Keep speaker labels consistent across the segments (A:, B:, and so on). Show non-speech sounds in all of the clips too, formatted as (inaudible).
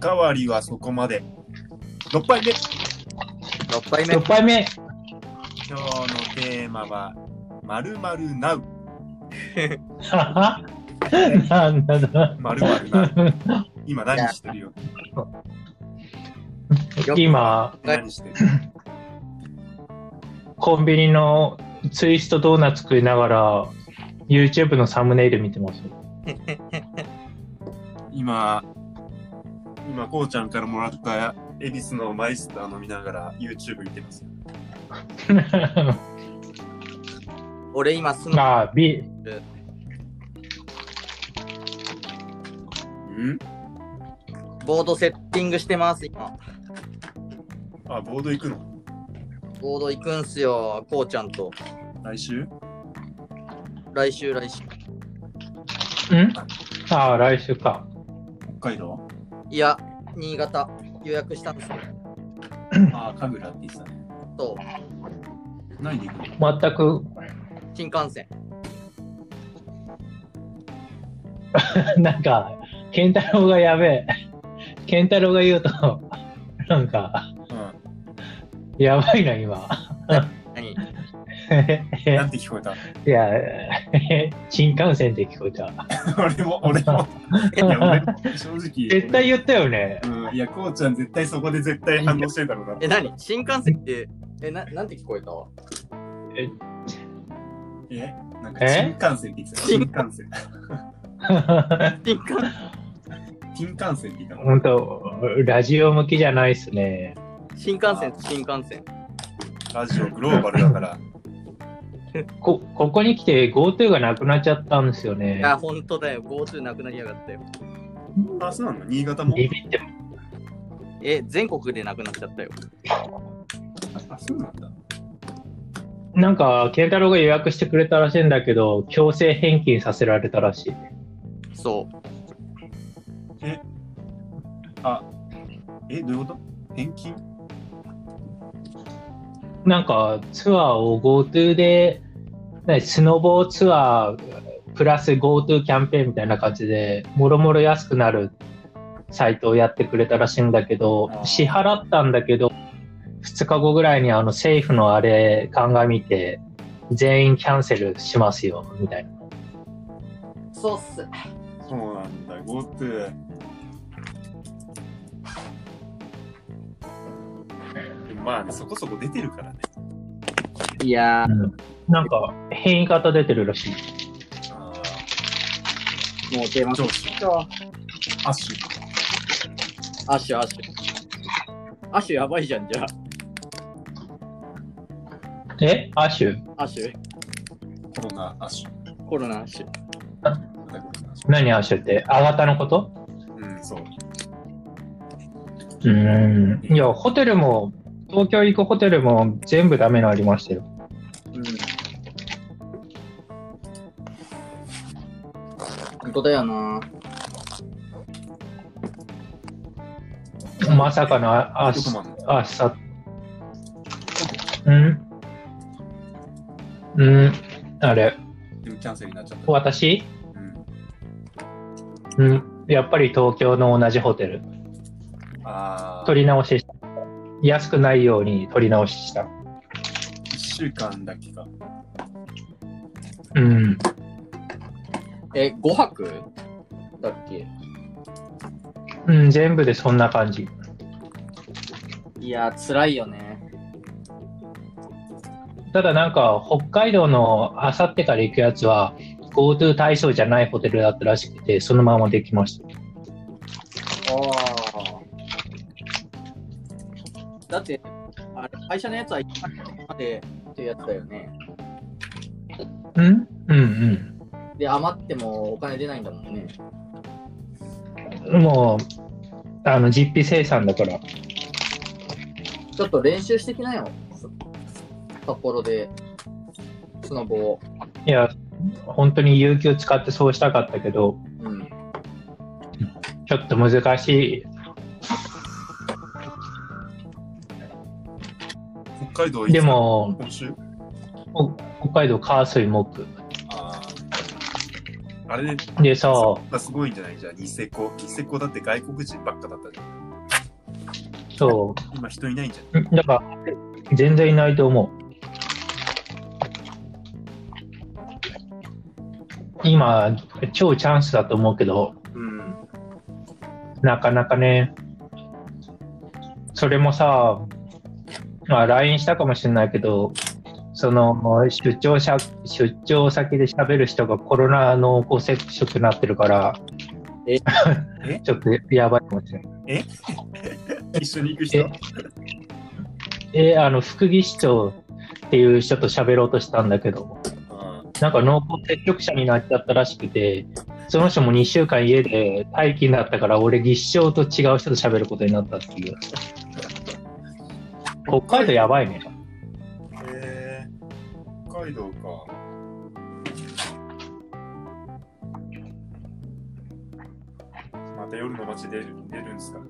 A: かわりはそこまで。6杯目。
B: 6杯目
C: 6。杯目。
A: 今日のテーマは、まるまるなう。
C: ははなんだな。
A: まるまるなう。今何してるよ。
B: よく
C: (laughs) 今、
A: 何してる。
C: コンビニのツイストドーナツ食いながら、YouTube のサムネイル見て (laughs) ます。
A: 今、今、こうちゃんからもらった恵比寿のマイスター飲みながら YouTube 見てます。
B: 俺今住む
C: まあ、ビ
A: ん
B: ボードセッティングしてます、今。
A: あ、ボード行くの
B: ボード行くんすよ、こうちゃんと。
A: 来週
B: 来週、来週。
C: んああ、来週か。
A: 北海道
B: いや、新潟。予約したんですけ
A: あ、神楽って言ってたね。
B: ど、
A: 何に行くの
C: 全く、
B: 新幹線。
C: なんか、ケンタロウがやべえ。ケンタロウが言うと、なんか、
A: う
C: やばいな、今。 (laughs)
A: ん。
B: 何
A: なんて聞こえた
C: いや、 (laughs) 新幹線って聞こえた。
A: 俺も、俺も。いや、俺も正直。
C: (laughs) 絶対言ったよね。 (laughs)
A: うん、いや、こうちゃん絶対そこで絶対反応してるだろうな。
B: え、何新幹線って、え、ななんて聞こえた
A: えなんか新幹線って言ってた。新幹 (laughs) 線。
B: 新
A: 新
B: 幹
A: 幹線って言ったの
C: 本当ラジオ向きじゃないっすね。
B: 新幹線、新幹線。
A: ラジオグローバルだ (laughs) から。
C: こ、ここに来て GoTo がなくなっちゃったんですよね
B: い。や、ほんとだよ。GoTo なくなりやがったよ。
A: あ、そうなの新潟も
C: ビビって、
B: え、全国でなくなっちゃったよ。
A: あ、そうなんだ。
C: なんか、ケンタロウが予約してくれたらしいんだけど、強制返金させられたらしい。
B: そう。
A: え、どういうこと返金
C: なんか、ツアーを GoTo で、ねスノボーツアープラス GoTo キャンペーンみたいな感じで、もろもろ安くなるサイトをやってくれたらしいんだけど
A: あ、ー
C: 支払ったんだけど、2日後ぐらいにあの政府のあれ鑑みて、全員キャンセルしますよ、みたいな。
B: そうっす。
A: そうなんだ、GoTo。まあね、そこそこ出てるからね。
B: いや
C: なんか、変異型出てるらしい。
A: あ
B: ー、もう出ま
A: ー
B: す
A: 上司、
B: よ。
A: アッシュ。
B: アッシュ、アッシュ。アッシュやばいじゃん、じゃ
C: えアシュ
B: あ。アッシュ、
A: コロナ、アッシュ。
B: コロナアッシュ。
C: 何アシュってアガタのこと
A: うん、そう。
C: うーん。いや、ホテルも、東京行くホテルも全部ダメなのありましたよ。
B: うん。本当だよな。
C: まさかのああ
A: どこまで
C: あさ。うんうん。あれ、
A: でもキャンセルになっちゃった。
C: 私
A: うん、
C: うん。やっぱり東京の同じホテル。
A: ああ、
C: 取り直しした。安くないように取り直しした。
A: 1週間だけか。
C: うん。
B: え、5泊だっけ
C: うん、全部でそんな感じ。
B: いやー、辛いよね。
C: ただなんか、北海道のあさってから行くやつは、GoTo 対象じゃないホテルだったらしくて、そのままできました。
B: ああ。だって、あれ、会社のやつは一泊までっていうやつだよね。
C: んうんうん
B: で、余ってもお金出ないんだもんね。。
C: もう、あの、実費生産だから。
B: ちょっと練習してきなよ。そ札幌で、スノボを。
C: いや、本当に有給使ってそうしたかったけど、
B: うん。
C: ちょっと難しい。
A: 北海道いつ
C: で、も、
A: 今週
C: 北海道、火水木。
A: ああ、あれで、
C: でさ、
A: すごいんじゃないじゃあ、ニセコ。ニセコだって外国人ばっかだったじゃん。
C: そ。
A: 今人いないんじゃないう
C: だから、全然いないと思う。今、超チャンスだと思うけど、
A: うん。
C: なかなかね、それもさ、まあ、LINE したかもしれないけど、その出張者出張先で喋る人がコロナの濃厚接触になってるから
B: え、
A: え
C: (laughs) ちょっとやばいかもしれない。
A: 一緒に行く人
C: ええあの副議士長っていう人と喋ろうとしたんだけど、
A: あ
C: なんか濃厚接触者になっちゃったらしくて、その人も2週間家で待機になったから、俺、議士長と違う人と喋ることになったっていう。北海道やばいね。 (laughs)
A: あへえ北海道か。また夜の街出る出るんですか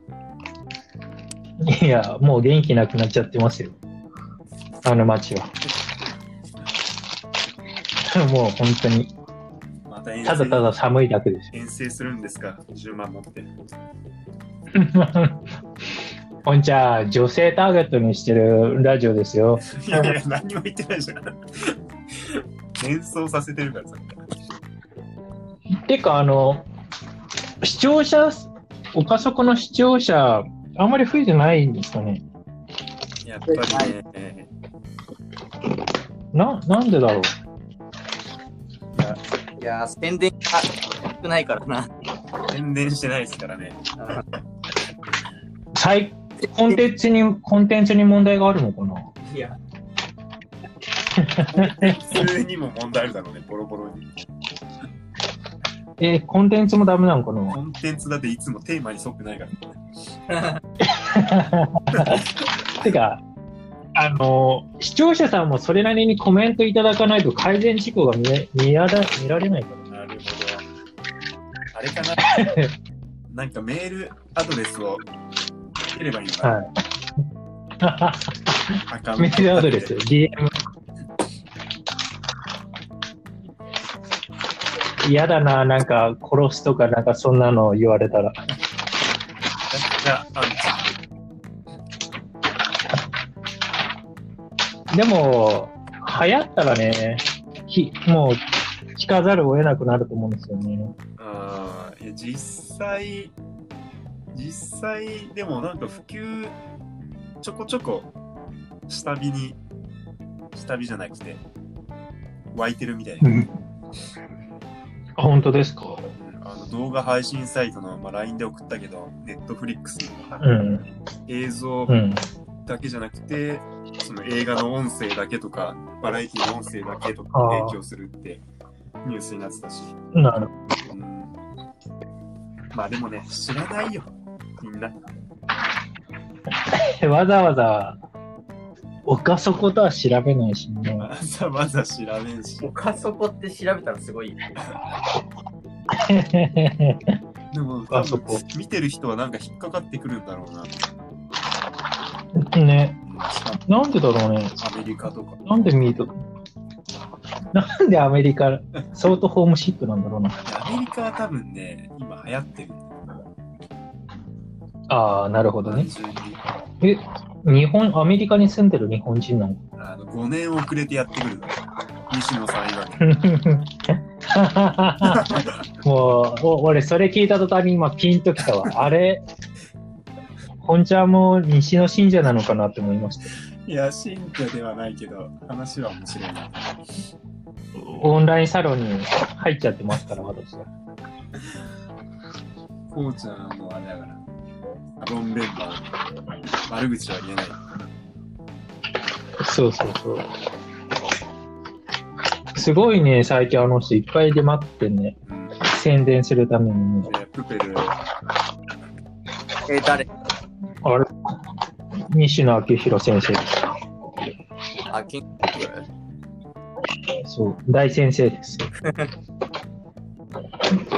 C: いや、もう元気なくなっちゃってますよ。あの街は。 (laughs) もう本当に、
A: また遠
C: ただただ寒いだけです。 (laughs)
A: 遠征するんですか ?10 万持って。
C: ほんじゃあ、女性ターゲットにしてるラジオですよ。
A: いやいや、何も言ってないじゃん。 (laughs) 連想させてるからさ。
C: てか、あの、視聴者、岡底の視聴者、あんまり増えてないんですかね。
A: やっぱりね。
C: な、なんでだろう。
B: いやー、宣伝が少ないからな。
A: 宣伝してないですからね。
C: 最、コンテンツに、コンテンツに問題があるのかない
B: や、
A: (laughs) 普通にも問題あるだろうね、ボロボロに。
C: え、コンテンツもダメなのか
A: コンテンツだっていつもテーマに沿ってないから、ね。
C: てか、あの、視聴者さんもそれなりにコメントいただかないと改善事項が見え見やら見られないか
A: なるほど。あれか
C: (laughs)
A: ななんかメールアドレスをつければいいのかな、
C: ら。は
A: アカウン
C: い。
A: ト
C: メールアドレス、DM。嫌だな、なんか殺すとか、なんかそんなの言われたら。
A: じゃあ、アンチ
C: でも、流行ったらね、ひもう聞かざるを得なくなると思うんですよね。
A: あーいや実際、実際、でもなんか普及、ちょこちょこ、下火に、下火じゃなくて、湧いてるみたいな。
C: 本当ですか
A: あの動画配信サイトの、まあ、LINE で送ったけど、Netflix の
C: うん。
A: 映像
C: うん。
A: だけじゃなくて、その映画の音声だけとか、バラエティの音声だけと
C: あ
A: か
C: ー
A: 提供するってニュースになってたし。
C: なる
A: うん、まあでもね、知らないよ、みんな。
C: わざわざ、岡底とは調べないしね。
A: わざわざ調べんし。
B: 他そこって調べたらすごい。
A: でも、多
C: あそこ
A: 分見てる人はなんか引っかかってくるんだろうな。うんし
C: (laughs) ね、
A: かも
C: なんでだろうね。
A: アメリカとか。
C: なんでミートなんでアメリカ、相当ホームシックなんだろうな。
A: アメリカは多分ね、今流行ってるんだよ。
C: ああ、なるほどね
A: 単。純に。
C: え、日本、アメリカに住んでる日本 (laughs) 人なの
A: あの5年遅れてやってくるのよ西野さん以外
C: もう、お俺、それ聞いた途端に今ピンときたわ。あれ、本ちゃんも西の信者なのかなって思いました。
A: (laughs) いや、信徒ではないけど、話は面白いな。
C: オンラインサロンに入っちゃってますから、私は。
A: こうちゃんもあれだから、アロンメンバー、悪口は言えない。
C: そうそうそう。すごいね、最近あの人いっぱい出回ってね、
A: うん、で
C: 宣伝するためにね。
A: プペル、
B: えー誰
C: あれ西野昭弘先生で
B: あ、キン
C: す。そう、大先生です。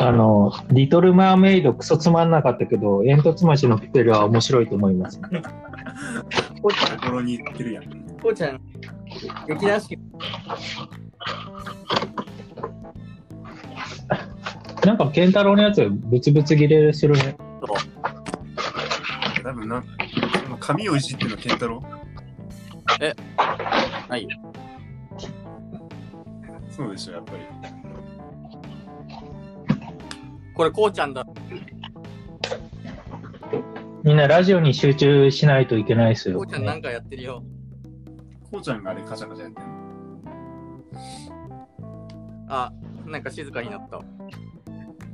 C: あの、リトル・マーメイドクソつまんなかったけど、煙突町のプペルは面白いと思います。
B: こうちゃ
A: 心に言ってるやん。
B: ん、こうちゃん、劇団四季
C: なんか、ケンタロウのやつ、ブツブツ切れしてるね。
A: 多分な、その髪をいじってるの健太郎
B: えないよ。
A: そうでしょ、やっぱり。
D: これ、こうちゃんだ。
C: みんなラジオに集中しないといけないです
D: こ
C: よ、
D: うちゃんな
C: ね
D: ん。かやってるよ。
A: こうちゃんがあれカチャカチャやってるの。
D: あ、なんか静かになった。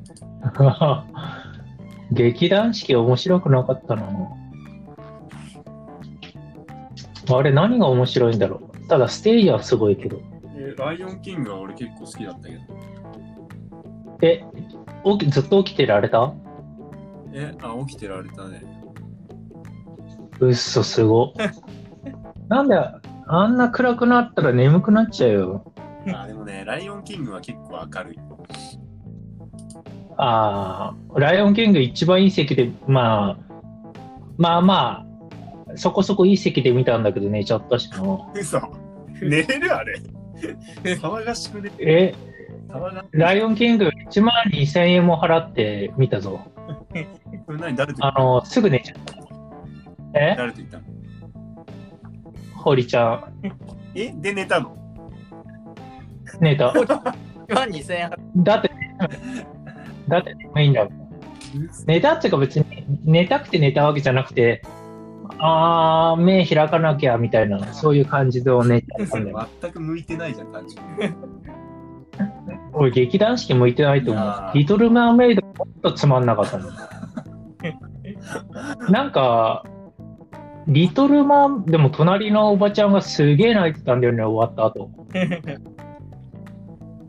C: (laughs) 劇団四季面白くなかったな。あれ、何が面白いんだろう。ただ、ステイヤーはすごいけど。
A: えライオンキングは俺結構好きだったけど。
C: え、起きずっと起きてられた
A: え、あ、起きてられたね。
C: うっそ、すご。なんで、あんな暗くなったら眠くなっちゃうよ。
A: あ、でもね、ライオンキングは結構明るい。
C: ああ、ライオンキング一番いい席で、まあ、まあまあ、そこそこいい席で見たんだけどね、ちょっとしの。
A: 嘘。寝れるあれ。 (laughs) 騒がしくね。
C: え、
A: 騒がしく
C: ライオンキング1万2000円も払って見たぞ。
A: これ何誰と言
C: あ
A: ったの
C: の、すぐ寝ちゃった。え
A: 誰と言ったの
C: 堀ちゃ
A: え、で寝たの
C: ん、寝た。
D: 今2000円払っ
C: だって、だって眠いんだもん。寝たっていうか別に寝たくて寝たわけじゃなくて、あー、目開かなきゃみたいな、そういう感じで寝ちゃったんだよ。
A: 全く向いてないじゃん、単純に。
C: 俺、劇団四季向いてないと思
A: いうや。ー
C: リトル・マーメイド、もっとつまんなかった
A: (laughs)
C: の。なんか、リトルマン、でも隣のおばちゃんがすげえ泣いてたんだよね、終わった後。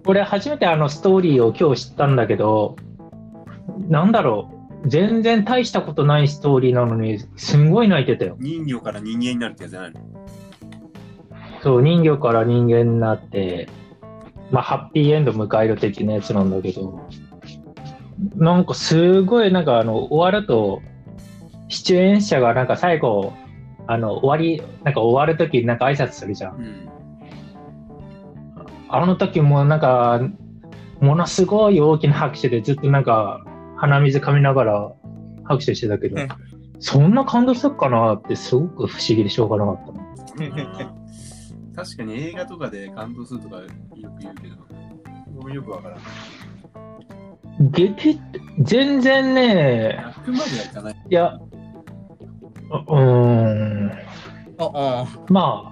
C: 俺、初めてあのストーリーを今日知ったんだけど、なんだろう、全然大したことないストーリーなのに、すんごい泣いてたよ。
A: 人魚から人間になるってやつじゃないの
C: そう、人魚から人間になって、まあ、ハッピーエンド迎える的なやつなんだけど、なんかすごい、なんかあの、終わると、出演者がなんか最後、あの、終わり、なんか終わるときになんか挨拶するじゃん。 (laughs)
A: うん。
C: あの時もなんか、ものすごい大きな拍手でずっとなんか、鼻水かみながら拍手してたけど
D: うん、
C: そんな感動したかなってすごく不思議でしょうがなかったな。
A: 確かに映画とかで感動するとかよく言うけど、僕よくわからない。
C: 劇って、全然ね、
A: 泣くまではいかない。
C: いや、うーん、
D: あ、
C: まあ、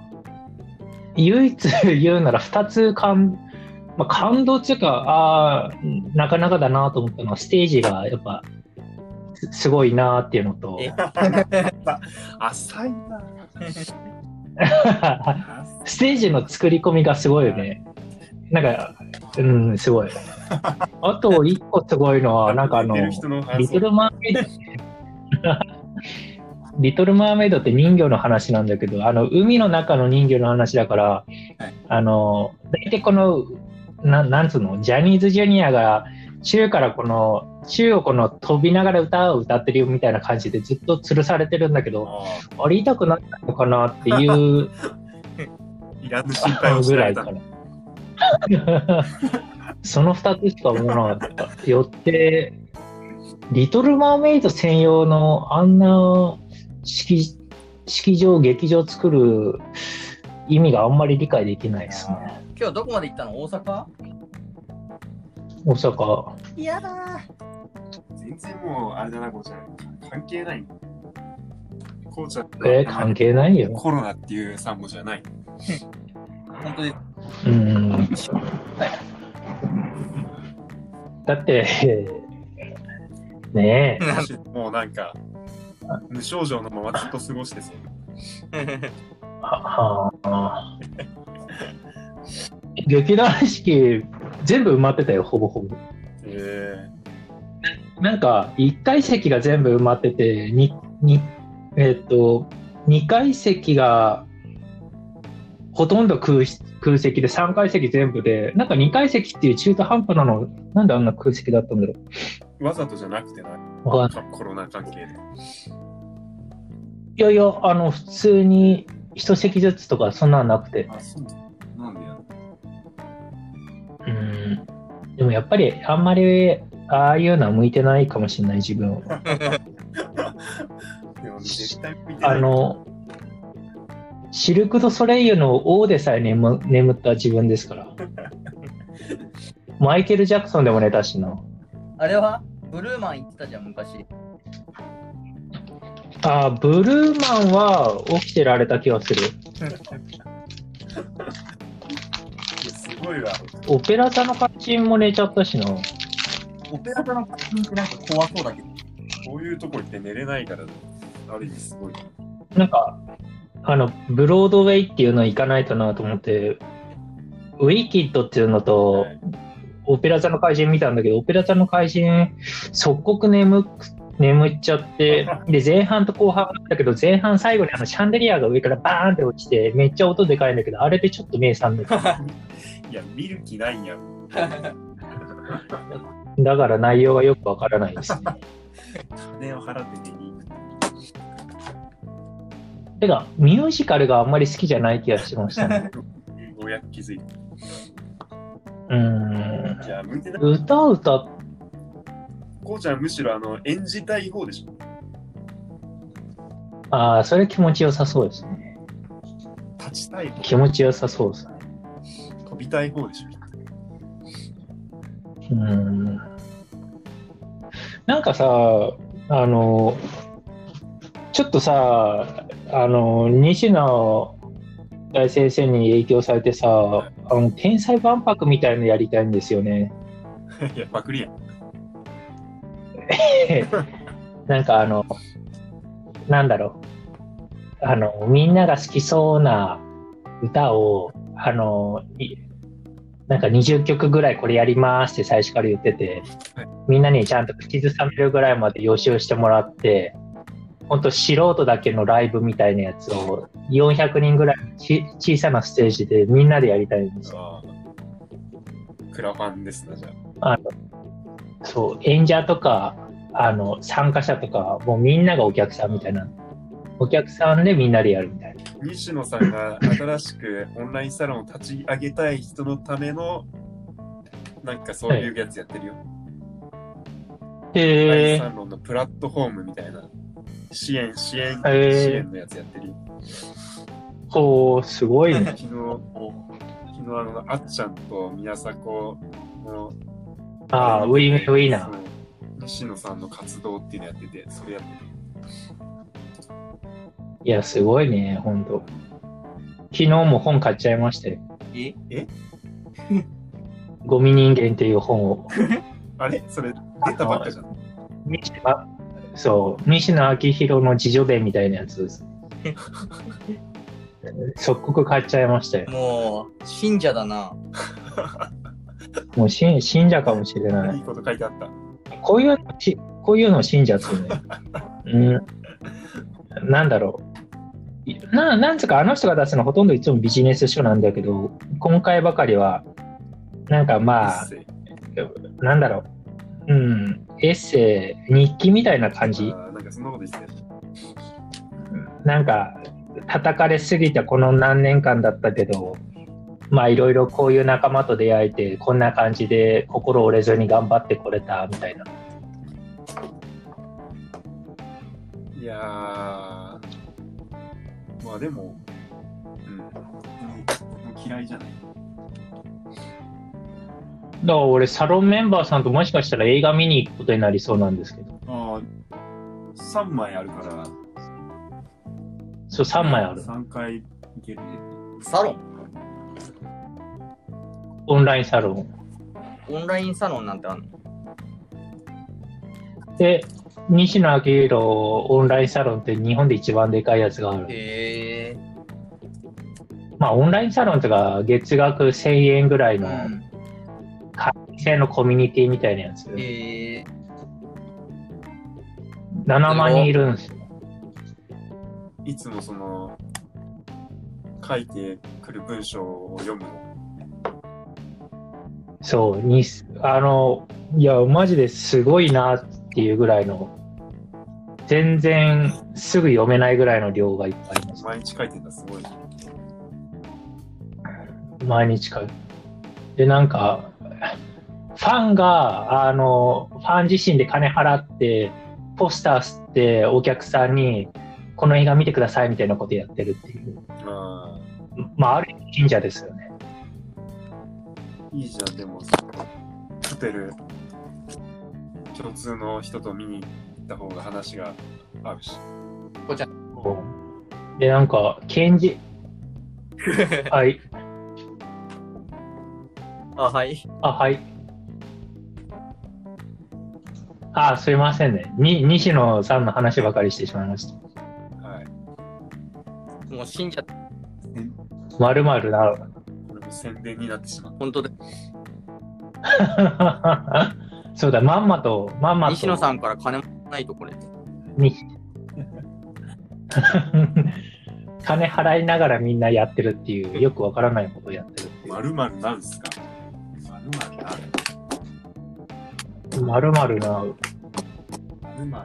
C: 唯一 (laughs) 言うなら2つ感、まあ、感動っていうか、ああ、なかなかだなと思ったのは、ステージがやっぱ、すすごいなっていうのと、
D: え
A: (laughs) 浅いな。
C: (laughs) ステージの作り込みがすごいよね。なんか、うん、すごい。あと1個すごいのは、なんかあの、
A: 寝てる人のあ
C: リトルマーメイドって。 (laughs) リトルマーメイドって人魚の話なんだけど、あの海の中の人魚の話だから、あの大体このななんつうのジャニーズジュニアが宙からこの宙をこの飛びながら歌を歌ってるよみたいな感じでずっと吊るされてるんだけど、
A: あ
C: あれ痛くなったのかなっていう
A: ーいらぬ心配をし
C: ぐら
A: て
C: い
A: た
C: か
A: の。
C: ら。 (laughs) その2つしか思わなかった。よって、リトル・マーメイド専用のあんな式式場、劇場作る意味があんまり理解できないですね。
D: 今日どこまで行ったの大阪
C: 大阪。
D: いやだ
A: 全然もう、あれだな、こうちゃん。関係ない。こうちゃん。
C: えー関係ないよ。
A: コロナっていう産文じゃない。
D: ー。本当です。
C: うん。だって、ねえ。
A: もうなんか、無症状のままずっと過ごしてそう。
C: はあ。劇団四季、全部埋まってたよ、ほぼほぼ。
A: え
C: なんか、1階席が全部埋まってて、ににえっと、2階席がほとんど空し空席で、3階席全部で、なんか2階席っていう中途半端なの、なんであんな空席だったんだろ
A: ー、わざとじゃなくてな、
C: う。わかんない
A: コロナ関係で。
C: いやいや、あの、普通に一席ずつとか、そんなんなくて。
A: あ、そうなんでや
C: うん。でもやっぱり、あんまりああいうのは向いてないかもしれない自分は。
A: でも絶対見てない
C: あの、シルク・ドゥ・ソレイユの王でさえ眠眠った自分ですから。マイケル・ジャクソンでも寝たしな。
D: あれはブルーマン行ってたじゃん、昔。
C: あーブルーマンは起きてられた気がする。
A: すごいわ。
C: オペラ座の肝心も寝ちゃったしな。
D: オペラ座の作品ってなんか怖そうだけど。
A: こういうとこ行って寝れないから、ある意味すごい。
C: なんか、あの、ブロードウェイっていうの行かないとなと思って、ウィキッドっていうのと、
A: はい
C: オペラ座の怪人見たんだけど、オペラ座の怪人、即刻眠く、眠っちゃって、で、前半と後半だけど、前半最後にあのシャンデリアが上からバーンって落ちて、めっちゃ音でかいんだけど、あれでちょっと目覚めた。
A: いや、見る気ないんや。
C: だから内容がよくわからな
A: (laughs)
C: いです。
A: 金を払って寝に行く。
C: てか、ミュージカルがあんまり好きじゃない気がしました
A: よ
C: ね。
A: うやく気づいた。
C: うーん。
A: いや、向いてない。
C: 歌歌っ
A: こうちゃん、むしろあの演じたい方でしょ。
C: ああ、それ気持ちよさそうですね。
A: 立ちたい方、
C: 気持ちよさそうですね。
A: 飛びたい方でしょ。
C: うーん。なんかさ、あの、ちょっとさ、あの、西野大先生に影響されてさ、あの天才万博みたいのやりたいんですよね。
A: いや、パクリやん。
C: なんかあの、なんだろう。あの、みんなが好きそうな歌を、あの、いなんか20曲ぐらいこれやりますって最初から言ってて
A: はい、
C: みんなにちゃんと口ずさめるぐらいまで予習してもらって、ほんと素人だけのライブみたいなやつを400人ぐらいのち小さなステージでみんなでやりたいんですよ。
A: あークラファンですな、じゃ
C: そう、演者とか、あの、参加者とか、もうみんながお客さんみたいな。お客さんでみんなでやるみたいな。
A: あ。西野さんが新しくオンラインサロンを立ち上げたい人のための、なんかそういうやつやってるよ。オンライン
C: へ
A: サロンのプラットフォームみたいな。支援、支援、
C: へー
A: 支援のやつやってるよ。
C: こう、すごい
A: (laughs)
C: ね。
A: 昨日、昨日あの、あっちゃんと宮迫の、
C: ああ、ウィンウィンナ
A: そう西野さんの活動っていうのやってて、それやって
C: ー。いや、すごいね、ほんと。昨日も本買っちゃいましたよ。
D: え
C: ゴミ人間っていう本を。
A: あれそれ、出たばっかじゃん。
C: 西野そう、西野昭弘の自助伝みたいなやつです。即刻買っちゃいましたよ。
D: もう、信者だな。
C: もうし信者かもしれない
A: い。いこと書いてあった。
C: こういうのし、こういうの信者っすね。
A: (laughs)
C: うん。なんだろう。いな、なんつうか、あの人が出すのほとんどいつもビジネス書なんだけど、今回ばかりは、なんか
A: エ
C: ま
A: ッ
C: あ、
A: セイ
C: なんだろう。うん。エッセイ、日記みたいな感じ。
A: あーなんかそんなこと言ってたよ
C: なんか、叩かれすぎたこの何年間だったけど、まあいろいろこういう仲間と出会えて、こんな感じで心折れずに頑張ってこれた、みたいな。
A: いやー、まあでも、うん、もう嫌いじゃない。
C: だから俺、サロンメンバーさんともしかしたら映画見に行くことになりそうなんですけど。
A: ああ、3枚あるから、
C: そう、3枚ある。
A: 3回いけるね。
D: サロン
C: オンラインサロン。
D: オンラインサロンなんてあんの
C: で、西野昭弘オンラインサロンって日本で一番でかいやつがある。
D: へえ。
C: まあ、オンラインサロンとか、月額1000円ぐらいうの
D: ん。
C: 一斉のコミュニティみたいなやつ。
D: へえ。
C: 7万人いるんですよ。
A: いつもその、書いてくる文章を読むの。
C: そう、に、あの、いや、マジですごいなっていうぐらいの、全然すぐ読めないぐらいの量がいっぱいいます。
A: 毎日書いてんだ、すごい。
C: 毎日買う。で、なんか、ファンが、あの、ファン自身で金払って、ポスター吸ってお客さんに、この映画見てくださいみたいなことやってるっていう。
A: あ
C: まあ、ある意味神社ですよね。
A: ーいいじゃん、でも、ホテル、共通の人と見に行った方が話が合うし。
C: で、なんか、検事、はい、
D: (laughs) あ、はい。
C: あ、はい。あ、すいませんね。に、西野さんの話ばかりしてしまいました。
A: はい。
D: もう信者、
C: まるまるな。 (laughs)
A: これも宣伝になってしまっ
D: 本当で。
C: そうだ、まんまと、まんまと。
D: 西野さんから金もないとこれ。
C: に (laughs) 金払いながらみんなやってるっていう、よくわからないことをやってる
A: た。まるまるなんすかまるまるな
C: っていう。まるまるな、
A: まるまるなんか。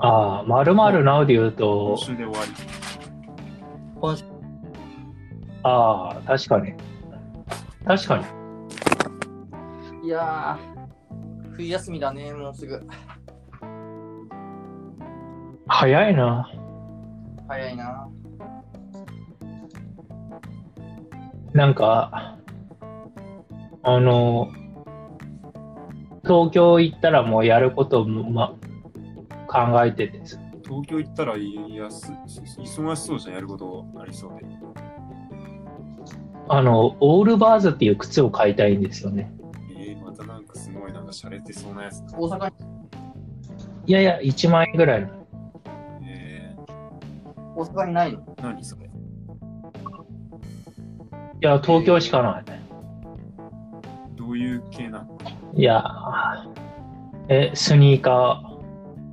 C: ああ、まるまるなで言う
A: 今
C: と、
A: 週で終わり。
C: ああ、確かに。確かに。
B: いや
D: 冬休みだね、もうすぐ。
C: 早いな。
D: 早いな。
C: なんか、あの、東京行ったらもうやることも、ま、考えててさ
A: 東京行ったらいやす忙しそうじゃん、やることありそうで。
C: あの、オールバーズっていう靴を買いたいんですよね。
A: えー、またなんかすごいなんか洒落てそうなやつ。
B: ー、大阪に、
C: いやいや、1万円ぐらいの。
A: え
B: 大阪にないの
A: ー、何それ
C: いや、東京しかない。
A: どういう系なの
C: いやー、え、スニーカー、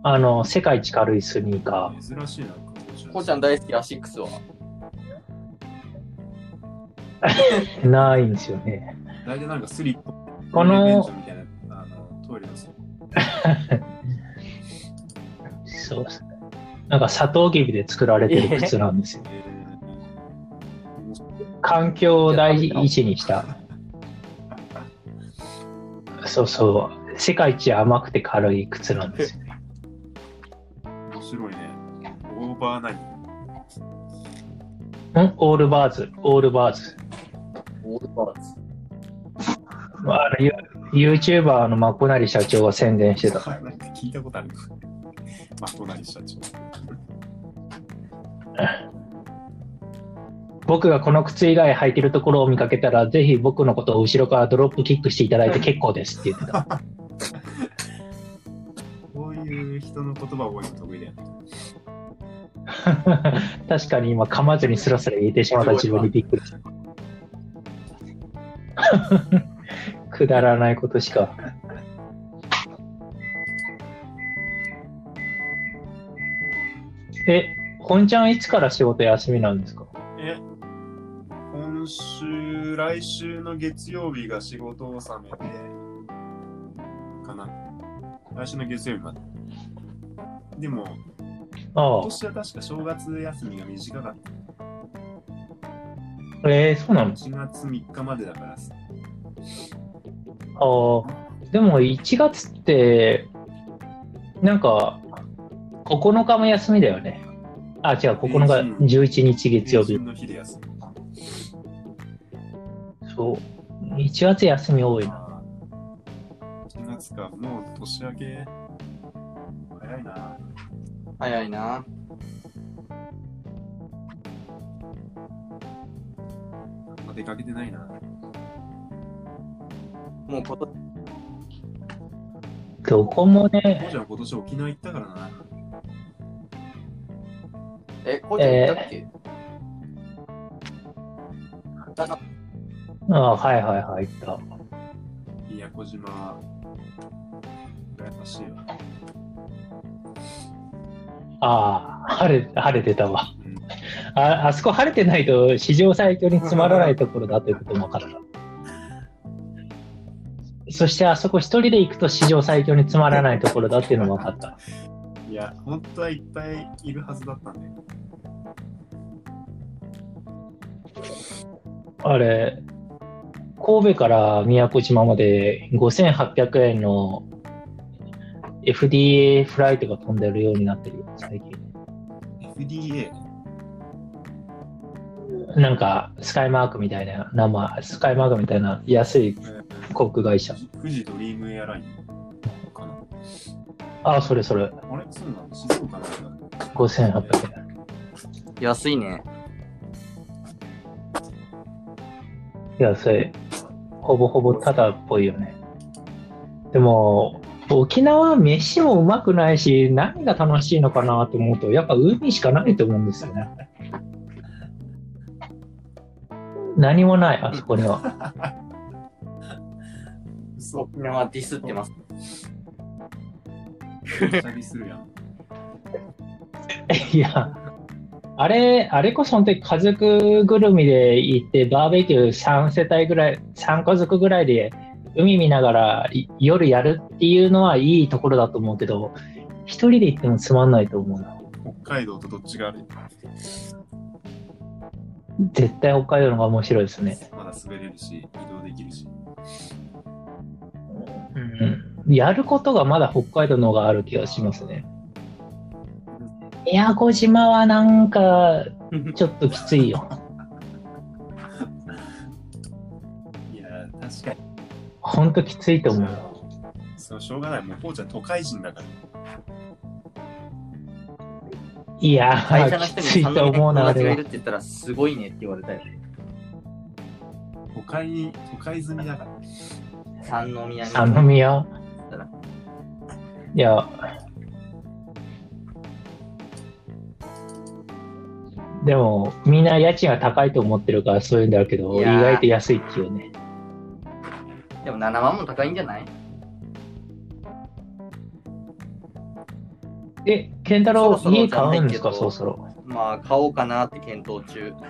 C: あの、世界一軽いスニーカ
A: 珍しいなんかこうじゃん
D: こうちゃん大好き、アシックスは。
C: ー、ないんですよね。
A: 大体なんかスリップ。
C: この
A: 便所みたいな、あの、トイレのスリッ
C: そうですね。なんか、サトウキビで作られてる靴なんですよ。
A: プ。えー
C: 環境を第一にした。そうそう。世界一甘くて軽い靴なんですよ。
A: 面白いね。オーバーナイト。
C: んオールバーズ、オールバーズ。
B: オールバーツ。
C: まあ、あれ、ユ YouTuber のマコナリ社長が宣伝してた。
A: なんか聞いたことあるか。マコナリ社長。
C: 僕がこの靴以外履いてるところを見かけたら、ぜひ僕のことを後ろからドロップキックしていただいて結構ですって言ってた。
A: こういう人の言葉を覚えるの得意だよね。
C: 確かに今噛まずにスラスラ言えてしまった自分にびっくりした。 (laughs) くだらないことしか。え、本ちゃんいつから仕事休みなんですか
A: え今週、来週の月曜日が仕事を納めて、かな。来週の月曜日まで。でも、
C: あ
A: 今年は確か正月休みが短かった。
C: あ、えー、そうなの
A: 1月3日までだからさ。
C: ああ、でも1月って、なんか、9日も休みだよね。あ、違う、9日、11日月曜
A: 成
C: 日
A: 人。の日で休み。
C: そう。1月休み多いな。
A: あー1月か、もう年明け。早いな。
D: 早いな。
A: あんま出かけてないな。
D: もう今年、
C: どこも
A: こう
C: ね、
A: ちゃん今年沖縄行ったからな。
D: え、こうちゃん行ったっけ、なんか
C: ああはいはいはい、行った。
A: 宮古島。羨ましいわ。
C: ああ、晴れ、晴れてたわ。
A: うん
C: あ、あそこ晴れてないと、史上最強につまらないところだということも分かった。そしてあそこ一人で行くと史上最強につまらないところだっていうのも分かった。
A: いや、本当はいっぱいいるはずだったんだよ。
C: あれ、神戸から宮古島まで5800円の FDA フライトが飛んでるようになってるよ、最近。
A: FDA。
C: なんか、スカイマークみたいな、生、スカイマークみたいな安い航空会社。
A: 富士ドリームエアラインかな。
C: あ、それそれ、
A: あれそうなの静岡なんだ。
C: 5800円。
B: 安いね。
C: 安い。ほぼほぼタダっぽいよね。でも、沖縄飯もうまくないし、何が楽しいのかなと思うと、やっぱ海しかないと思うんですよね。何もない、あそこには。
A: 嘘。
B: 沖縄ディスってます。
A: めっちゃディスるやん。
C: (laughs) いや、あれ、あれこそ本当に家族ぐるみで行って、バーベキュー3世帯ぐらい、3家族ぐらいで海見ながらい夜やるっていうのはいいところだと思うけど、一人で行ってもつまんないと思うな。
A: 北海道とどっちが悪い
C: 絶対北海道の方が面白いですね。
A: まだ滑れるし、移動できるし。
C: うん、やることがまだ北海道の方がある気がしますね。宮古島はな
B: (laughs)
C: んか、ちょっときついよ。
A: いやー、確かに。
C: ほんときついと思う。
A: そう、しょうがない。もう、ポーちゃん都会人だから。
C: いや
B: 会社の
C: ー、
B: 人
C: き
B: に
C: ついと思うな、あ
B: が
C: れ
B: い
C: は
B: る。って言ったら、すごいねって言われたよ。
A: 都会に、都会済みだから。
B: 三宮に。
C: 三宮。いや。でも、みんな家賃が高いと思ってるからそういうんだけど、
B: い
C: 意
B: やー
C: 外と安いっていうね。
B: でも7万も高いんじゃない
C: え、健太郎
B: そろそろ
C: 家買うんですか、
B: じゃ
C: そ
B: な
C: ろ
B: いけど
C: そろ。
B: まあ、買おうかなって検討中。
A: 本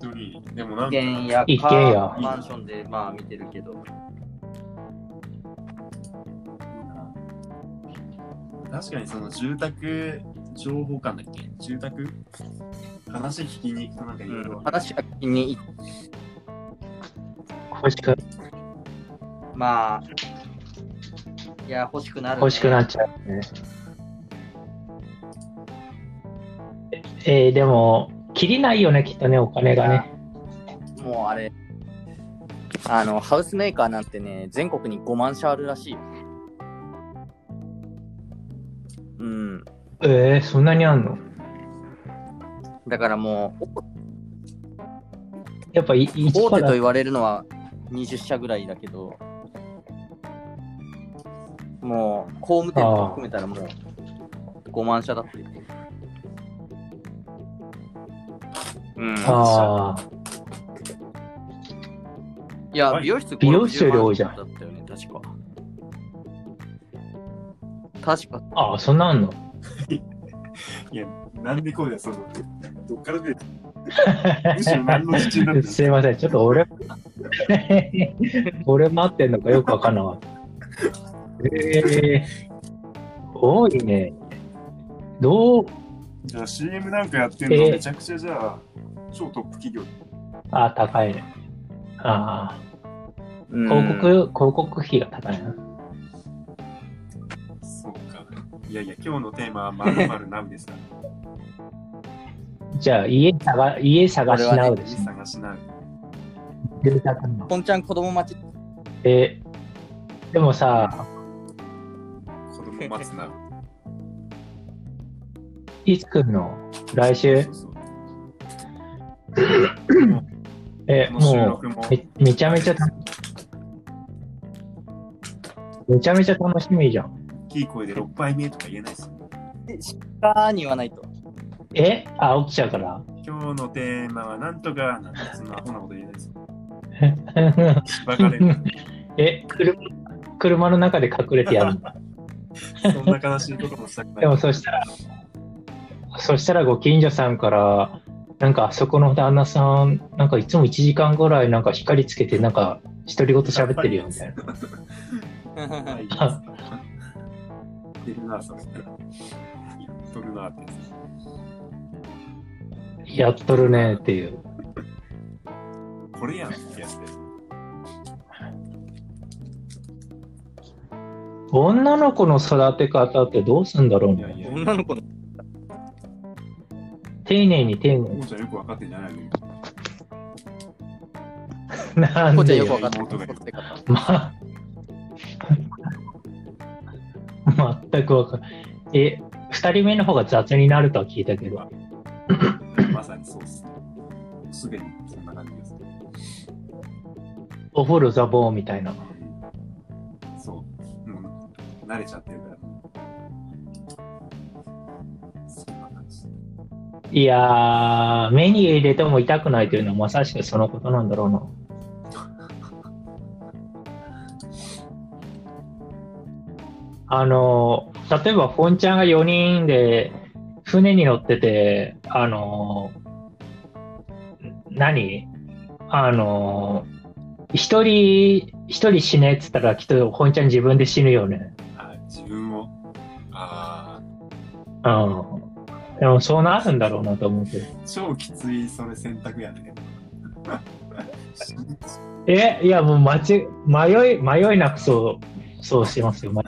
A: 当に。でもなんか、
B: 一軒家か
C: 一軒家
B: マンションでまあ見てるけど。
A: 確かにその住宅情報館だっけ住宅話聞きに行くとなんかいろいろある。
B: 話は聞きに行っ
C: 欲しく
B: まあ、いや、欲しくなる、ね。
C: 欲しくなっちゃうね。えーでも、切りないよね、きっとね、お金がね。
B: もうあれ、あの、ハウスメーカーなんてね、全国に5万社あるらしいよ。うん。
C: えー、そんなにあんの
B: だからも
C: やっぱい
B: う、
C: 一
B: 大
C: パ
B: 手と
C: だ
B: 言われるのは20社ぐらいだけど、もう、工務店とか含めたらもう、5万社だって言ってる。うん。
C: ああ、
B: いや、
A: はい
B: 美容室
C: 美容室より多いじゃん
B: だったよね、確か。確か、
C: ああ、そんなあんの
A: いや、なんでこうだよ、その、どっから
C: (laughs)
A: 出てるむしろ何の基準だった
C: すいません、ちょっと俺、 (laughs) 俺待ってんのかよくわかんなかった。えー、多いね。どう、
A: じゃあ CM なんかやってんの、
C: えー
A: めちゃくちゃじゃあ、超トップ企業。
C: あー、高いね。あ
B: う
C: あ、
B: ん
C: 広告、広告費が高いな。
A: そうか。いやいや、今日のテーマはまるまるなん
C: (laughs)
A: ですか
C: じゃあ、家探、家探しなうですね。
A: 探しな
C: 住宅の。
B: ポンちゃん子供待ち。
C: えーでもさ、
A: 子供待つな。
C: いつ来んの来週
A: そうそう
C: え、
A: この収
C: も
A: 録も
C: うめ、めちゃめちゃ楽、めちゃめちゃ楽しみじゃん。
A: 大きい声で6杯目とか言えないです。
B: かーに言わないと。
C: えあ、起きちゃうから。
A: 今日のテーマはなんとかなんてそんなアホなこと言えない
C: (laughs)
A: です。バカれる。
C: え、車、車の中で隠れてやるの
A: そんな悲しいこともしたくない。
C: でもそしたら、そしたらご近所さんから、なんかあそこの旦那さん、なんかいつも1時間ぐらいなんか光つけて、なんか独り言喋ってるよみたいな。
A: はいいですね。出るな、それ。やっとるなってやつ。
C: やっとるねっていう。
A: これやんってやつで。
C: 女の子の育て方ってどうすんだろう
A: いやい
C: ね。
A: や、
D: 女の子の
C: 丁寧に丁寧
A: (laughs) もうちゃんよくわかってんじゃないの
C: に。なん
D: 子ちゃ
C: で
D: んよ
C: よ
D: く。わかって
A: 妹が
D: ない
A: る
D: 育て方
C: ま、全くわかんない。え、二人目の方が雑になるとは聞いたけど。
A: まさにそうっす。すでにそんな感じです。
C: お風呂ザボーみたいな。
A: そう。もう慣れちゃってるから。そんな感じ。
C: いやー、目に入れても痛くないというのはまさしくそのことなんだろうな。あの、例えば、フォンちゃんが4人で船に乗ってて、あの、何あの、一人、一人死ねっつったら、きっとフォンちゃん自分で死ぬよね。
A: あ自分を、あ
C: うん。でも、そうなるんだろうなと思って。
A: あ、超きつい、それ選択やね。
C: え、いや、もう間ち、迷い、迷いなくそう、そうしてますよ。ま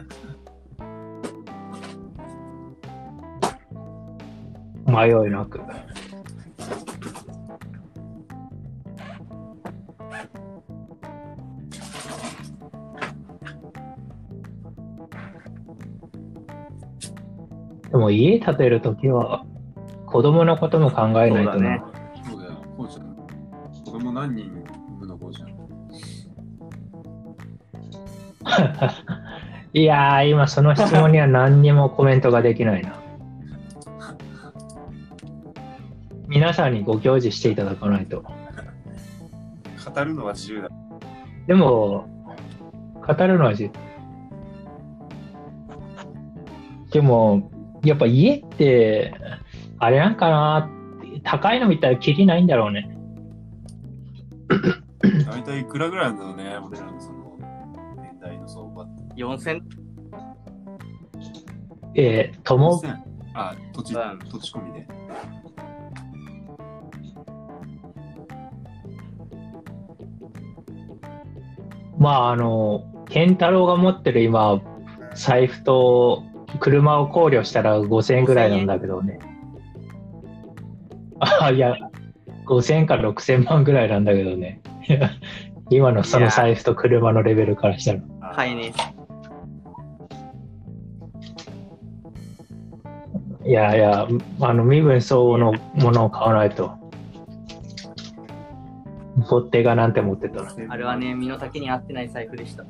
C: 迷いなく。でも家建てるときは子供のことも考えないと
D: そうだね
C: ね。
A: そうだよ、こうちゃん。子供何人産むのこうちゃん。
C: いやー、今その質問には何にもコメントができないな。皆さんにご教示していただかないと。
A: 語るのは自由だ。
C: でも、語るのはじ、でも、やっぱ家って、あれなんかな高いの見たらキリないんだろうね。
A: 大体いくらぐらいなのね、俺らのその年代の相場って。
D: 4000
C: えー、とも、
A: 1000あ、土地、
D: うん
A: 土地込みで。
C: まああの、健太郎が持ってる今、財布と車を考慮したら5000円ぐらいなんだけどね。あ、いや、5000円から6000万ぐらいなんだけどね。 (laughs) 今のその財布と車のレベルからしたら。
A: あー
D: 買いね
C: いやいや、あの身分相応のものを買わないと。ボッテガなんて持ってたら。
D: あれはね、身の丈に合ってない財布でした。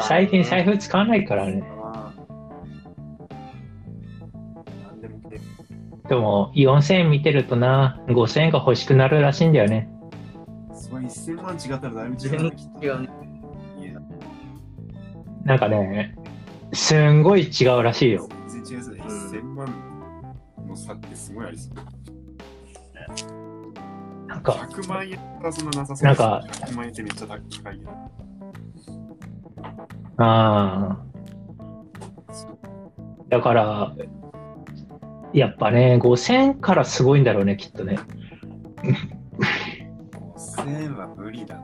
C: 最近財
D: 布
C: 布使わないからね。
A: あー。なんでも来て
C: でも4000円見てるとな、5000円が欲しくなるらしいんだよね。
A: それ1000万違ったらだいぶ違うな。きっと
D: 違うね。
A: いや
C: なんかね、すんごい違うらしいよ。
A: 全然違うやつだ1000万の差ってすごいありそう。
C: なんか、
A: 100万円はそんななさそう。
C: なんか、
A: 100万円ってめっちゃ高いけど。
C: あーだから、やっぱね、5000円からすごいんだろうね、きっとね。
A: 5000円は無理だな。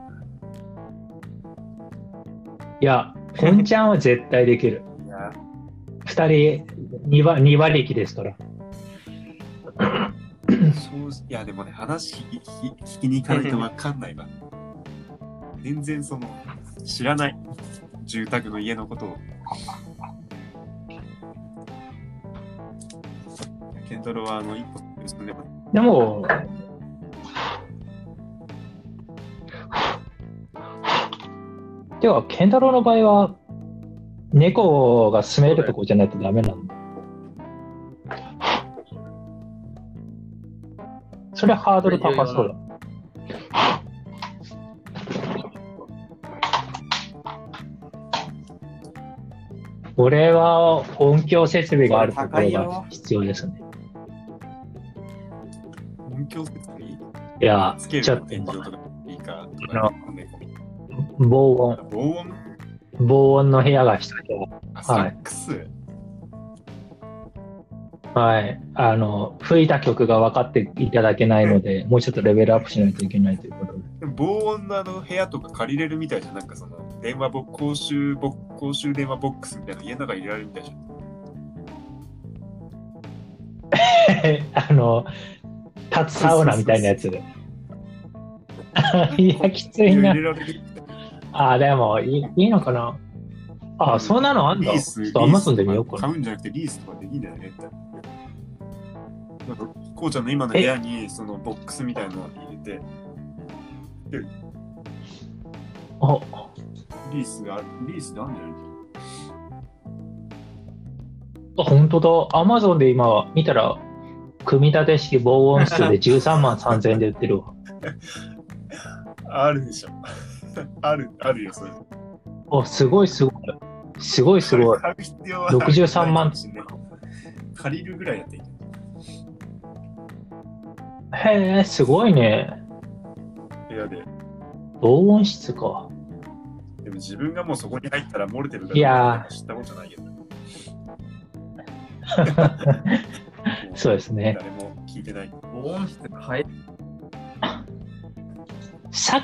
C: いや、ポンちゃんは絶対できる。
A: いや、
C: 二人二馬二馬力ですから。
A: 正直、いや、でもね、話聞き聞き聞きに行かないとわかんないわ。全然その、知らない。住宅の家のことを。ケントロは、あの、一歩進んでも
C: でも、では、ケンタロウの場合は、猫が住めるとこじゃないとダメなんだ。それハードル高そうだ。俺は音響設備があるところが必要ですね。
A: 音響設備
C: いや、
A: つけ
C: ちょ
A: る
C: っ
A: の天井
C: と
A: とかいいかと
C: な
A: か、
C: 防音、
A: 防音
C: 防音の部屋が必要。
A: あサ
C: は
A: ッ
C: い
A: クス、
C: はい。あの、吹いた曲が分かっていただけないので、もうちょっとレベルアップしないといけないということで。
A: でも防音のあの部屋とか借りれるみたいじゃん。なんかその、電話ボックス、公衆ボッ、公衆電話ボックスみたいなの家の中に入れられるみたいじゃん。
C: (laughs) あの、立つサウナみたいなやつで。 (laughs) いや、きつい
A: 入
C: な
A: れ。られる。
C: あ、でもいい、いいのかな。あ、そんなのあん
A: リ
C: だ。
A: ー
C: ち
A: ス。
C: ょっとアマゾンで見ようかな。
A: 買うんじゃなくてリースとかできんだよね。なんか、こうちゃんの今の部屋に、そのボックスみたいなのを入れて、
C: お
A: リースが、リースなんじゃない
C: あ本当だ。アマゾンで今見たら、組み立て式防音室で13万3000円で売ってるわ。
A: あるでしょ。ある、あるよ、それ。
C: お、すごいすごい。すごいすごい。
A: 買う必要は
C: 63万
A: 借りるぐらいやっていい。
C: へえ、すごいね。
A: 部屋で。
C: 防音室か。
A: でも自分がもうそこに入ったら漏れてるから
C: いや
A: 知ったことないよ。
C: (laughs) そうですね。
A: 誰も聞いてない。
B: 防音室変え
C: さっ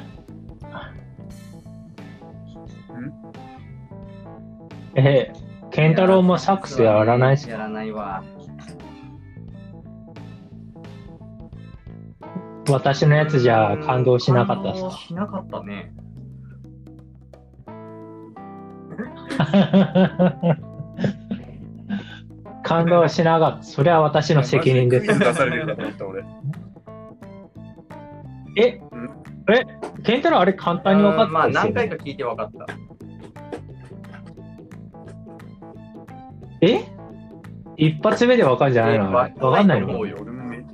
C: えー、ケンタロウもサックスやらないっす
B: やらないわ。
C: 私のやつじゃ感動しなかったっす
B: 感動しなかったね。 (laughs)
C: か感動しながら、それは私の責任で
A: マ
C: す
A: ジ。クイズ出されるんだと思った
C: (laughs)
A: 俺。
C: え、え、ケンタロウあれ簡単に分か
B: うんまあ
C: ったです
B: 何回
C: よ、
B: か
C: ね。
B: 聞いて分かった。
C: え一発目で分かるんじゃないの
B: え
C: 分かんない
B: わ
C: の
B: かんない
A: 俺もめ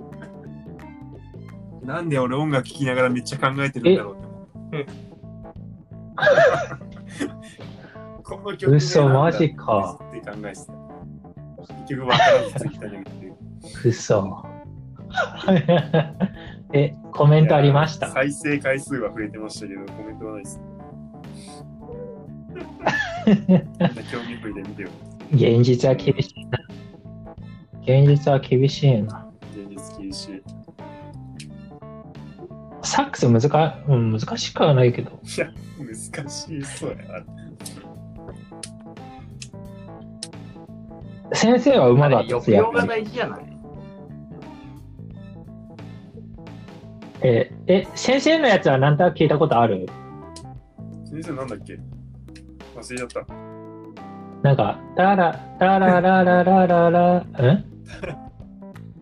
A: なんで俺音楽聴きながらめっちゃ考えてるんだろうって思った。 (laughs) この曲
C: 嘘マジか。
A: って考えてた。結局わからずついたねっていう。
C: くそ。え、コメントありまし
A: いや
C: た。
A: 再生回数は増えてましたけど、コメントはないです。みんな興味本位で見てよ。
C: 現実は厳しいな。現実は厳しいな。
A: 現実禁止。
C: サックス難か、うん、難しくはないけど。
A: 難しいそうやな。
C: 先生は馬だったっす
B: 抑揚
C: よ。
B: が大事じゃない
C: えーえ、先生のやつは何となく聞いたことある
A: 先生なんだっけ忘れちゃった。
C: なんか、タラ、タララララララ、ん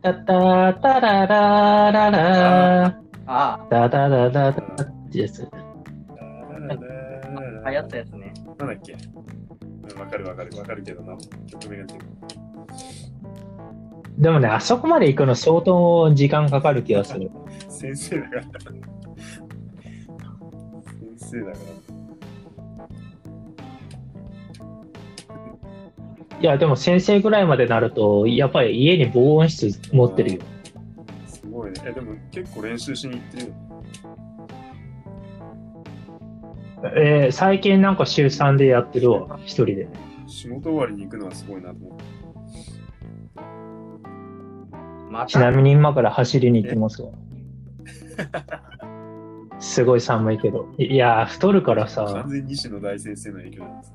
C: タタタララララ、
B: あ
C: タタタタタです。
B: あ、流行ったやつね。
A: なんだっけうんわかるわかるわかるけどな。曲名が出てこ
C: でもね、あそこまで行くの相当時間かかる気がする。
A: ない先生だから。先生だから。
C: いや、でも先生ぐらいまでなると、やっぱり家に防音室持ってるよ。
A: すごいね。え、でも結構練習しに行ってるよ。
C: えー最近なんか週3でやってるわ、一人で。
A: 仕事終わりに行くのはすごいなと思って。
B: ま
C: ちな
B: た、
C: みに今から走りに行きますわ。すごい寒いけど。いやー、太るからさ
A: 完。全に西野大先生の影響なんです。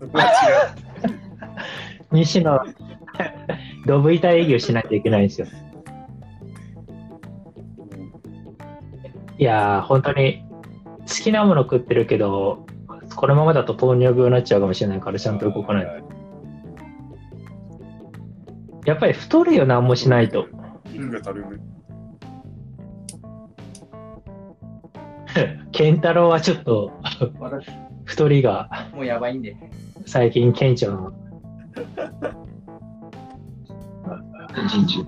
A: そこは
C: 西 (laughs) 野、ドブ板営業しないといけないんですよ。
A: 違う。うん
C: いやー、本当に好きなもの食ってるけど、このままだと糖尿病になっちゃうかもしれない (laughs) から、ちゃんと動かないと。
A: はい
C: やっぱり太るよ、何もしないと。
A: 犬がたるむ。
C: ケンタロウはちょっと、
B: 私
C: 太りが
B: もうやばいんで。
C: 最近顕著な。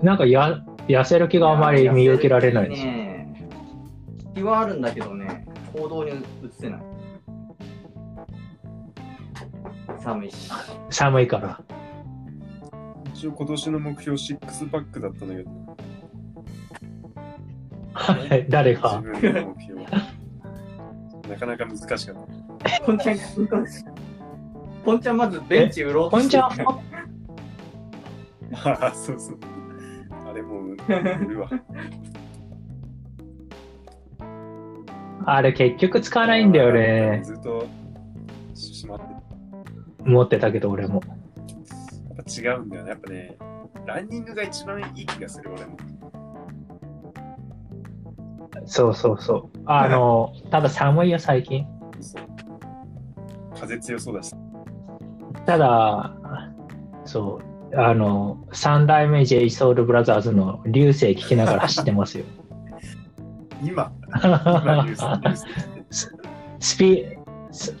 C: なんかや痩せる気があまり見受けられないです。
B: ね気はあるんだけどね、行動に移せない。寒いし。
C: 寒いから。 (laughs)
A: 一応今年の目標6パックだったんだけど。
C: 誰
A: 自
C: が
A: 分の目標。なかなか難しかった。
B: ポンちゃん、ポンちゃんまずベンチうろうと
C: ポン
B: し
C: ち
B: て
C: ゃ
A: あ
C: ん、
A: あ、そうそう。あれもう、売
B: (laughs)
A: るわ。
C: あれ結局使わ (laughs) ないんだよね。
A: ずっと、しまって
C: 持ってたけど俺も。
A: やっぱ違うんだよね。やっぱね、ランニングが一番いい気がする、俺も。
C: そうそうそう。あの、ただ寒いよ最近。
A: そう風強そうだし。
C: ただ、そう、あの、三代目 j ソ o u l b r o t h e の流星聞きながら走ってますよ。
A: 今、今ニュース、ニュース
C: スピス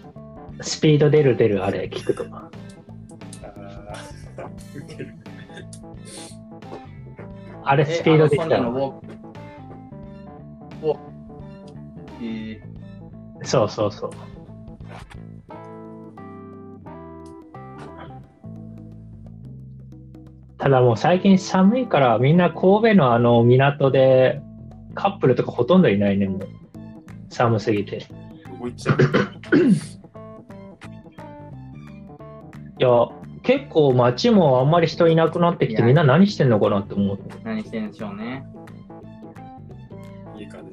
C: スピード出る出るあれ聞くと。
A: ああ、受ける。
C: あれスピード出てた
B: あの
C: よ。
B: ホンダのウォークウォークえ
C: そうそうそう。ただもう最近寒いからみんな神戸のあの港でカップルとかほとんどいないねもう寒すぎてい
A: どこ行っちゃう
C: や結構街もあんまり人いなくなってきてみんな何してんのかなって思う
B: ー何してるんでしょうね。
A: 家かね。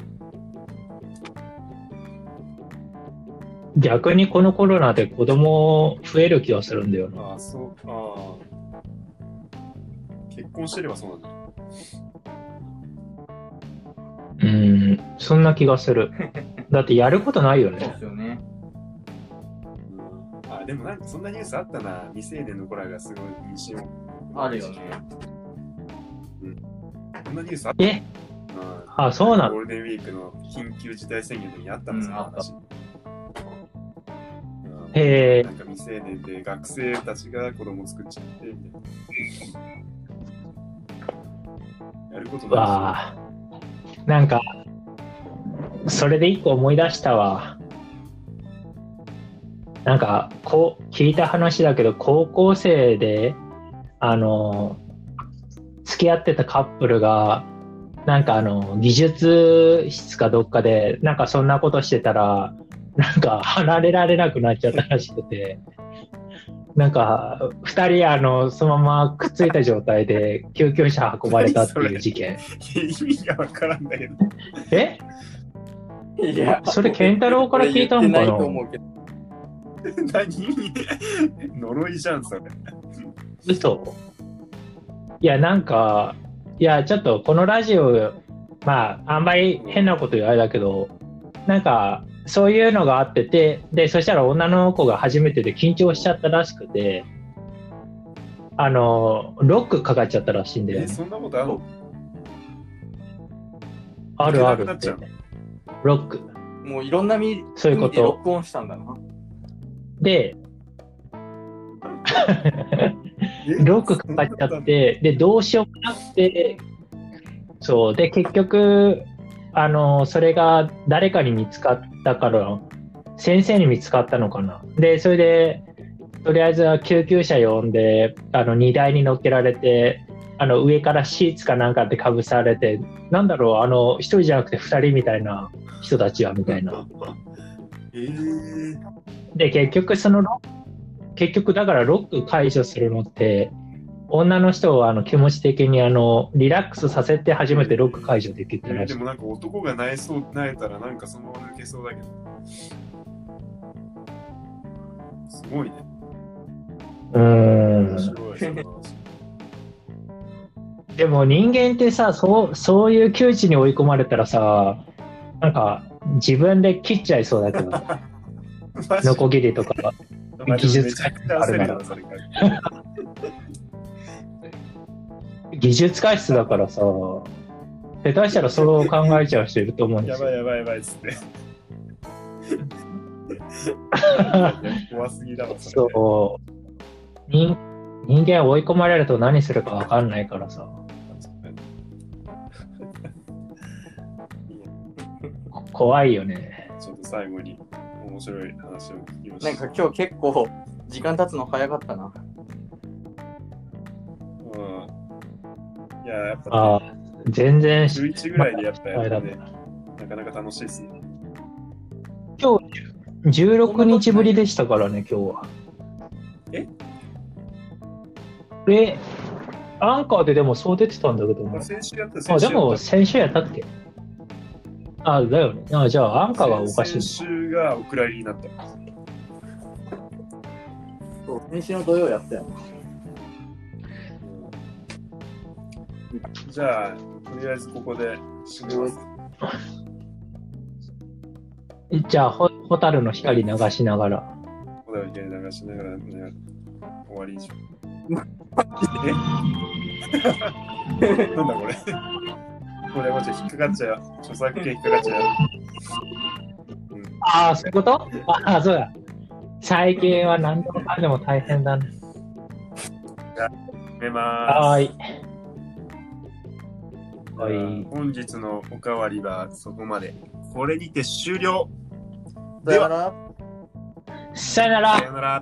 C: 逆にこのコロナで子供増える気がするんだよな
A: ああ、そうか。結婚してればそうなんだ。
C: うんそんな気が
B: (laughs)
C: するだってやることないよ
B: そう
C: ね
B: ですよね。
A: うんあでもなんかそんなニュースあったな未成年の子らがすごい妊娠を
B: あるよね。
A: そんなニュースあっ
C: え
A: たな
C: あそうなの
A: ゴールデンウィークの緊急事態宣言の時にあったんですよ、
B: うんあった
A: 話うん
C: へえ
A: なんか未成年で学生たちが子供作っちゃってみたいなやることない
C: わあなんかそれで一個思い出したわなんかこう聞いた話だけど高校生であの付き合ってたカップルがなんかあの技術室かどっかでなんかそんなことしてたらなんか離れられなくなっちゃったらしくてなんか2人あのそのままくっついた状態で救急車運ばれたっていう事件
A: し意味がわからんだけど (laughs)
C: え
D: いや
C: それ健太郎から聞いたのかな
D: 俺言ってないと思うけど
A: 何 (laughs) 呪いじゃんそれ
C: 嘘いやなんかいやちょっとこのラジオまああんまり変なこと言われだけどなんかそういうのがあっててでそしたら女の子が初めてで緊張しちゃったらしくてあのロックかかっちゃったらしいんだよ
A: え
C: ね
A: そんなことあるの
C: あるある
A: な
C: っ
A: く
C: て
A: なっちゃ
C: ロック
D: もういろんなみ
C: そういうこと
D: 意味で録音したんだな。
A: (laughs) え
C: でロックかかっちゃって、で、どうしようかなって、そう、で、結局、あの、それが誰かに見つかったから、先生に見つかったのかな。で、それで、とりあえずは救急車呼んで、あの、荷台に乗っけられて、あの、上からシーツかなんかでかぶされて、なんだろう、あの、一人じゃなくて二人みたいな人たちは、みたいな。
A: (laughs) えー、
C: で結局そのロ結局だからロック解除するのって女の人をあの気持ち的にあのリラックスさせて初めてロック解除でき
A: え
C: たら
A: で
C: しい
A: もなんか男が泣えそう泣えたらなんかそのまま抜けそうだけどすごいね
C: うー
A: 面
C: ん
A: 白
C: (laughs)
A: いその話
C: でも人間ってさそうそういう窮地に追い込まれたらさなんか自分で切っちゃいそう
A: (laughs)
C: だけど
A: マジ
C: ノコギリとか
A: まあでも
C: 技術
A: めちゃくちゃ焦るよなそれから
C: 技術過失だからさ下手したらそう考えちゃう人いると思うんで
A: や
C: す
A: ば
C: よ
A: いやばいやばいっつって怖すぎだわそれ
C: そう人人間追い込まれると何するか分かんないからさ
A: いいね
C: 怖いよね。
A: ちょっと最後に面白い話を聞きました
D: なんか今日結構時間経つの早かったな。
A: うんいややっ
C: あ
A: ぱ
C: あ、全然し、
A: 11ぐらいでやっぱ
C: あれ
A: や
C: だ
A: っ
C: った
A: ねなかなか楽しいですね
C: 今日、16日ぶりでしたからね、今日は。
A: え
C: で、アンカーででもそう出てたんだけどな
A: 先週やった、
C: あ、
A: 先週
C: で
A: やった
C: も先週やったっけあ、だよね。あ、じゃあアンカーがおかしい
A: 先。週がお蔵入りになった。
B: そう先週の土曜やったよ。
A: じゃあ、とりあえずここで締めます。
C: じゃあ、ホホタルの光流しながら。
A: お題を流しながら、ね、終わりにしよう。え (laughs) なんだこれこれもうちょっと引っかかっちゃう。著作権引っかかっちゃう。うん
C: ああ、そういうことああ、そうだ。最近は何でもかんでも大変だね。
A: 締めます。
C: はーい。
A: じゃあ
C: はい
A: 本日のおかわりはそこまで。これにて終了。
D: さよなら。
C: さよなら
A: さよなら。